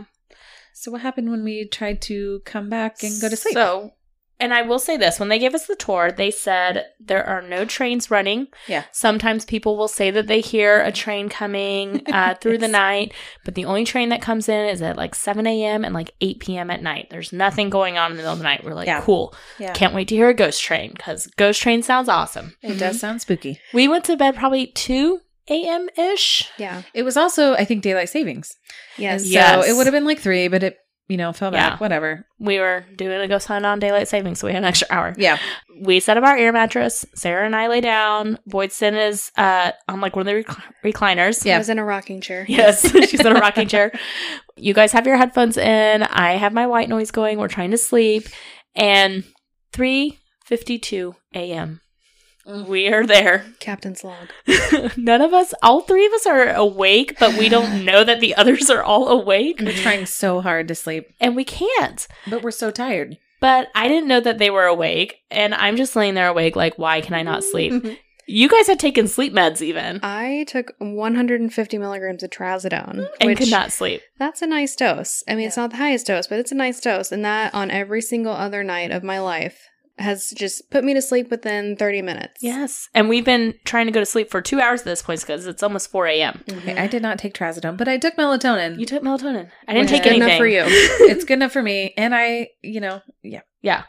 So what happened when we tried to come back and go to sleep?
So, and I will say this: when they gave us the tour, they said there are no trains running.
Yeah.
Sometimes people will say that they hear a
(laughs)
train coming uh, through the
Yes.
night, but the only train that comes in is at like seven a.m. and like eight p.m. at night. There's nothing going on in the middle of the night. We're like,
Yeah.
cool.
yeah.
Can't wait to hear a ghost train because ghost train sounds awesome.
it does sound spooky.
We went to bed probably two a.m. ish.
yeah
It was also, I think, daylight savings.
yes
So
Yeah. Yes.
it would have been like three, but it, you know, fell back.
Yeah.
Whatever.
we were doing a ghost hunt on daylight savings, so we had an extra hour.
Yeah.
We set up our air mattress. Sarah and I lay down. Boydson is uh, on like one of the rec- recliners.
Yeah.
i was in a rocking chair
(laughs) Yes, (laughs) she's in a rocking chair. You guys have your headphones in. I have my white noise going. We're trying to sleep, and three fifty-two a.m. We are there. (laughs)
captain's log
None of us, all three of us, are awake, but we don't know that the others are all awake,
We're trying so hard to sleep,
and we can't.
but we're so tired.
But I didn't know that they were awake, and I'm just laying there awake, like, why can I not sleep?
Mm-hmm.
You guys had taken sleep meds even
i took 150 milligrams of trazodone
and
which
could not sleep.
that's a nice dose i mean it's not the highest dose but it's a nice dose and that on every single other night of my life has just put me to sleep within 30 minutes
Yes. And we've been trying to go to sleep for two hours at this point because it's almost 4 a.m.
Mhm.
Okay, I did not take trazodone, but I took melatonin.
You took melatonin. I didn't
Which is
take
good
anything.
enough for you
it's good enough for me. And I, you know, yeah.
Yeah.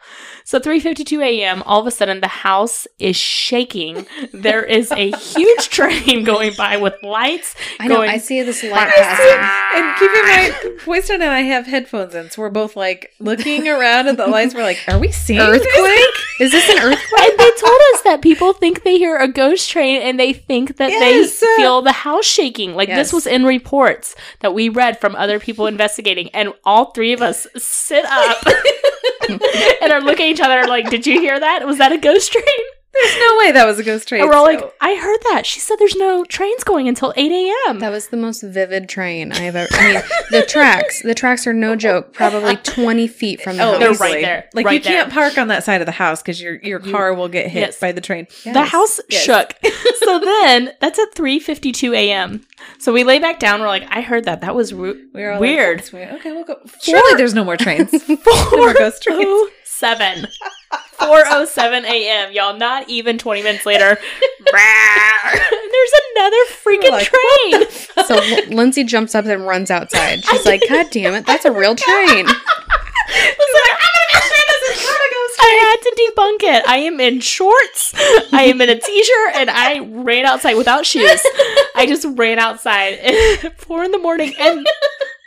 So 3:52 a.m. all of a sudden the house is
(laughs)
shaking. there is a huge train going by with lights.
I know.
going-
I see this light passing.
(laughs) And keep in mind, Poison and I have headphones in, so we're both like looking around at the lights. We're like, are we seeing this?
Is this an earthquake?
and they told us that people think they hear a ghost train and they think that
Yes.
they feel the house shaking. Like this
Yes.
was in reports that we read from other people investigating, and all three of us
(laughs)
sit up and are looking at each other like, "Did you hear that? Was that a ghost train?"
There's (laughs) no way that was a ghost train.
And we're all like,
so-
"I heard that." She said, "There's no trains going until eight a.m."
That was the most vivid train I have ever. I mean, the tracks. The tracks are no joke. Probably twenty feet from the
Oh,
house.
they're
they're
right there,
Like you
right
can't park on that side of the house because your your car will get hit
Yes.
by the train.
The house
Yes. (laughs)
shook. so then that's at 3:52 a.m. So we lay back down. We're like, "I heard that. That was ru-
We were all like,
weird."
"That's weird. Okay, we'll go. Surely there's no more
(laughs)
trains. no more ghost trains.
407. 407 a.m. Y'all, not even 20 minutes
(laughs)
later. There's another freaking
We're like,
train.
So L- Lindsay jumps up and runs outside. She's like, "God damn it! That's a real
Listen,
train."
I'm gonna make sure this is not a ghost train. I had to debunk it. I am in shorts. I am in a t-shirt, and I ran outside without shoes. I just ran outside (laughs) at four in the morning, and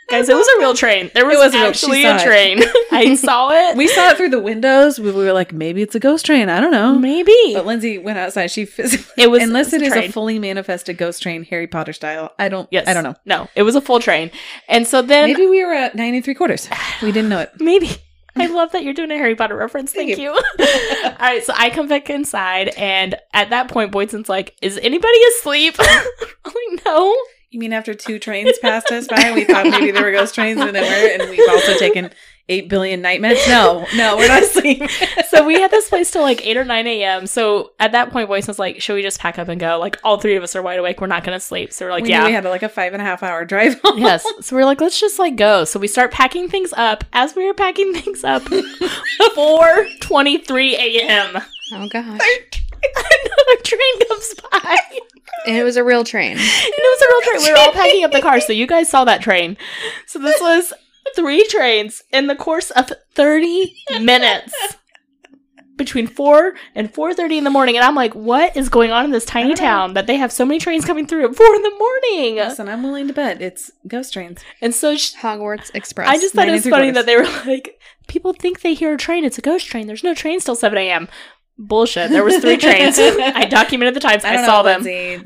guys, it was a real train. There was,
It was a real- she
actually
saw
a
it.
train. I saw
(laughs)
it.
We saw it through the windows. We, we were like, maybe it's a ghost train. I don't know.
maybe
But Lindsay went outside. She physically
It
(laughs)
was-
unless
it
it
was
is
a
a
train.
fully manifested ghost train, Harry Potter style. I don't.
Yes.
I don't know.
No, it was a full train. And so then
Maybe we were at nine and three quarters. We didn't know it.
(laughs) Maybe. I love that you're doing a Harry Potter reference. Thank,
Thank
you. (laughs) All right, so I come back inside, and at that point, Boydson's like, "Is anybody asleep?" (laughs) I'm like, "No."
You mean after two trains passed us by, we thought maybe there were ghost trains and they were, and we've also taken eight billion nightmares. No, no, we're not (laughs) sleeping.
so we had this place till like 8 or 9 a.m. So at that point, Boyce was like, should we just pack up and go? Like, all three of us are wide awake. We're not going to sleep. So we're like,
we knew
yeah. (laughs)
we had like a five and a half hour drive home.
yes. So we're like, let's just like go. So we start packing things up. As we were packing things up, (laughs) 4.23 a.m.
Oh
(laughs)
gosh.
Another train comes
(laughs)
by.
And it was a real train.
And it was a real train. We were all packing up the car, so you guys saw that train. So this was three trains in the course of 30 minutes. Between four and four thirty in the morning, and I'm like, "What is going on in this
I
tiny
don't know.
town that they have so many trains coming through at four in the morning?"
Listen, I'm willing to bet it's ghost trains.
And so sh-
Hogwarts Express.
I just thought it was
93
funny
quarters.
that they were like, "People think they hear a train. It's a ghost train. There's no trains till seven a.m." Bullshit. There was
(laughs)
three trains. I documented the times. I,
don't
saw
know,
them.
Lindsay. (laughs)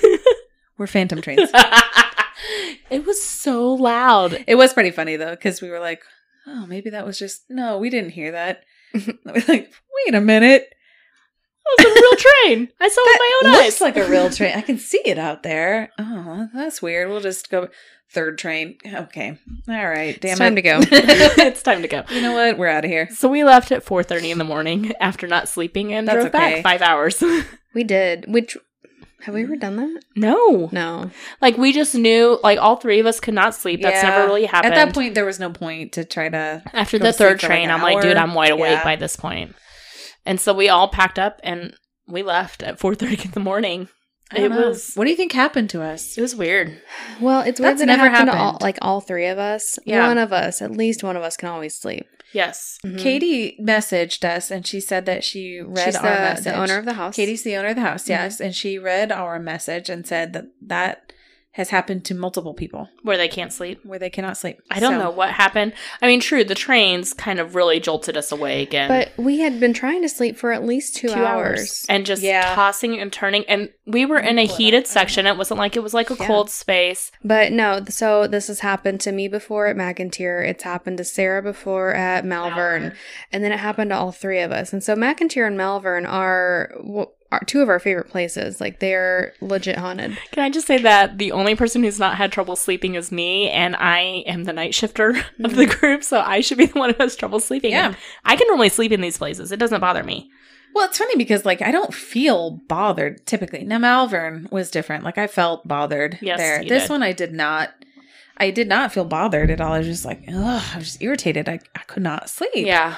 They were phantom
(laughs)
trains.
it was so loud.
It was pretty funny though, because we were like, oh, maybe that was just no, we didn't hear (laughs) that. we're like, wait a minute.
It was a real train. I
That
saw it with my own
looks
eyes.
like a
(laughs)
real train. I can see it out there. Oh, that's weird. We'll just go third train. Okay. All right. Damn
it's
it.
time to go.
(laughs) it's time to go.
(laughs) You know what? We're out of here.
So we left at 4:30 in the morning after not sleeping and
That's
drove
okay.
back 5 hours. (laughs)
we did. Which have we ever done that?
no.
No.
Like we just knew like all three of us could not sleep. That's
Yeah.
never really happened.
At that point, there was no point to try to.
after
go
the
to sleep
third
for, like,
train,
an
I'm like, dude,
hour.
I'm wide awake
Yeah.
by this point. And so we all packed up and we left at 4:30 in the morning.
I
It
don't know.
was
What do you think happened to us?
it was weird.
Well, it's weird
That's
that
never
it happened, to all,
happened.
like all three of us.
Yeah.
One of us, at least one of us, can always sleep.
Yes.
Mhm.
Katie messaged us and she said that she read
She's
our
the,
message.
the owner of the house.
Katie's the owner of the house,
Mhm.
yes, and she read our message and said that that has happened to multiple people
Where they can't sleep.
where they cannot sleep.
I don't
So-
know what happened. I mean, true, the trains kind of really jolted us awake and
But we had been trying to sleep for at least two, hours.
and just
Yeah.
tossing and turning. And we were in a
Pull it
heated
up.
section. It wasn't like it was like a
Yeah.
cold space.
But no, so this has happened to me before at McIntyre. It's happened to Sarah before at Malvern. And then it happened to all three of us. And so McIntyre and Malvern are, w- are two of our favorite places. Like they're legit haunted.
Can I just say that the only person who's not had trouble sleeping is me, and I am the night shifter (laughs) of the group, so I should be (laughs) the one who has trouble sleeping.
Yeah.
I can normally sleep in these places. It doesn't bother me.
Well, it's funny because like I don't feel bothered typically. Now Malvern was different. Like I felt bothered
Yes,
there.
you
This
did.
one I did not. I did not feel bothered at all. I was just like, ugh, I was just irritated. I, I could not sleep.
Yeah.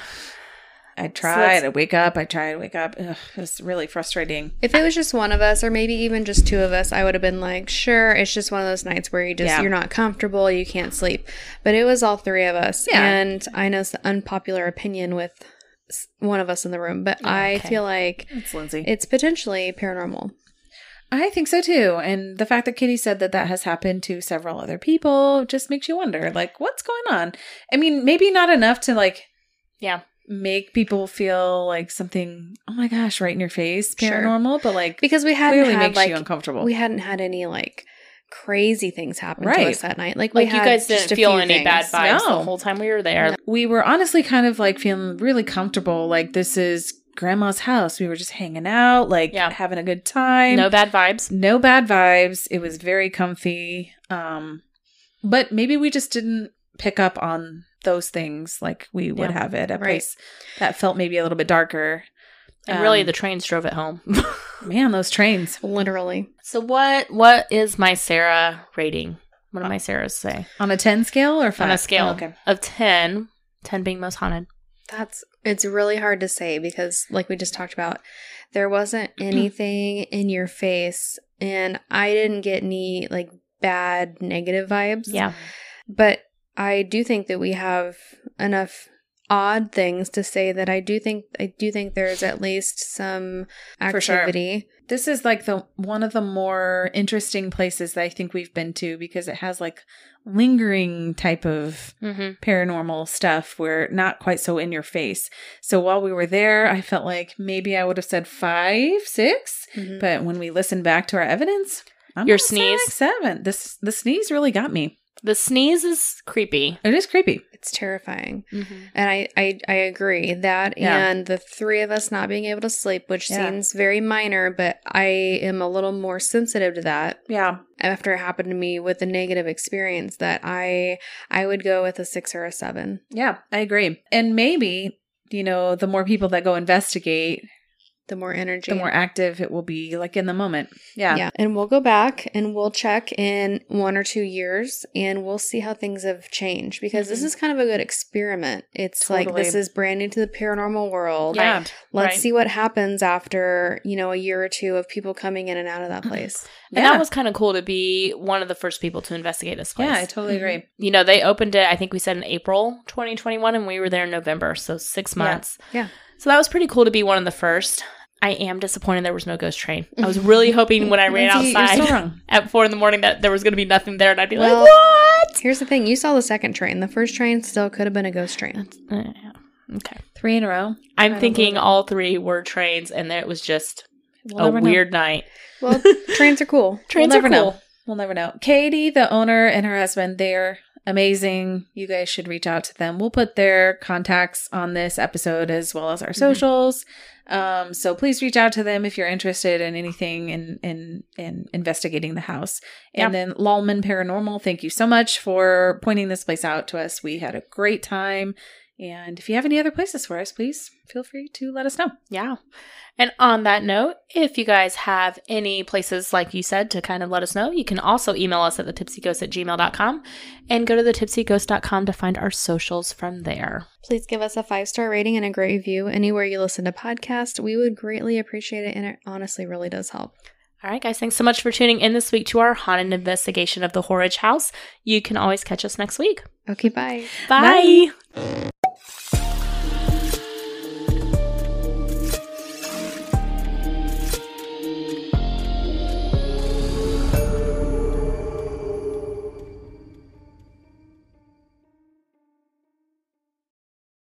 I
that's-
tried. I wake up. I tried. to wake up. Ugh, it was really frustrating.
If it was just one of us, or maybe even just two of us, I would have been like, sure, it's just one of those nights where you just,
Yeah.
you're not comfortable, you can't sleep. But it was all three of us.
Yeah.
And I know it's an unpopular opinion with s- one of us in the room, but I
okay.
feel like
It's Lindsay.
it's potentially paranormal.
I think so too. And the fact that Kitty said that that has happened to several other people just makes you wonder, like, what's going on? I mean, maybe not enough to like,
Yeah.
make people feel like something. Oh my gosh, right in your face,
Sure.
paranormal. But like,
Because we hadn't
clearly
had
makes
like
you uncomfortable.
we hadn't had any like crazy things happen
Right.
to us that night. Like, we
Like, you
had
guys
just
didn't
a
feel
few
any
things.
bad vibes
No.
the whole time we were there.
we were honestly kind of like feeling really comfortable. Like this is grandma's house. We were just hanging out, like
Yeah.
having a good time.
No bad vibes.
no bad vibes. It was very comfy. Um, but maybe we just didn't pick up on those things like we would
Yeah.
have at a
Right.
place that felt maybe a little bit darker.
And really,
Um,
the trains drove it home. (laughs)
man, those trains
Literally.
so what? What is my Sarah rating? What do my Sarahs say
on a ten scale or five
on a scale
Oh, okay,
of 10, 10 being most haunted?
That's it's really hard to say because like we just talked about,
(clears throat)
there wasn't anything in your face and I didn't get any like bad negative vibes.
Yeah.
But I do think that we have enough odd things to say that I do think I do think there's at least some
For sure.
activity.
this is like the one of the more interesting places that I think we've been to because it has like lingering type of
Mm-hmm.
paranormal stuff where not quite so in your face. So while we were there, I felt like maybe I would have said five, six.
Mhm.
But when we listened back to our evidence, I'm
Your
gonna say,
sneeze?
like seven. This the sneeze really got me.
The sneeze is creepy.
It is creepy.
It's terrifying.
Mm-hmm.
And I, I, I agree that
Yeah.
and the three of us not being able to sleep, which
Yeah.
seems very minor, but I am a little more sensitive to that
Yeah.
after it happened to me with a negative experience that I I would go with a six or a seven.
Yeah. I agree. And maybe, you know, the more people that go investigate,
The more energy.
the more active it will be, like in the moment. Yeah.
yeah. And we'll go back and we'll check in one or two years and we'll see how things have changed because this
Mhm.
is kind of a good experiment. It's like
Mm-hmm. Totally.
this is brand new to the paranormal world.
Yeah.
Right.
Let's
right.
see what happens after, you know, a year or two of people coming in and out of
Mm-hmm.
that place.
And
yeah.
that was kind of cool to be one of the first people to investigate this place.
yeah, I totally agree.
you know, they opened it, I think we said in April 2021, and we were there in November, so six
Yeah.
months.
Yeah.
So that was pretty cool to be one of the first. I am disappointed there was no ghost train. I
(laughs)
was really hoping when I ran
Lindsay, (laughs)
outside
You're so wrong.
(laughs) at four in the morning that there was going to be nothing there, and I'd be
Well-
like, what?
Here's the thing you saw the second train. The first train still could have been a ghost
(laughs)
train.
That's- uh, yeah. Okay.
Three in a row.
I'm
don't
thinking
know.
all three were trains, and there it was just
We'll
a
never know.
weird night.
Well, trains are cool.
Trains
we'll
are
never know.
cool.
We'll never know. Katie, the owner, and her husband, they're amazing. You guys should reach out to them. We'll put their contacts on this episode as well as our socials. Um, so please reach out to them if you're interested in anything in in, in investigating the house. And then Lalman Paranormal, thank you so much for pointing this place out to us. We had a great time. And if you have any other places for us, please feel free to let us know.
Yeah. And on that note, if you guys have any places, like you said, to kind of let us know, you can also email us at thetipsyghost at gmail.com and go to thetipsyghost.com to find our socials from there.
Please give us a five star rating and a great review anywhere you listen to podcasts. We would greatly appreciate it, and it honestly really does help.
All right, guys, thanks so much for tuning in this week to our haunted investigation of the Horridge House. You can always catch us next week.
Okay, bye.
Bye.
Bye.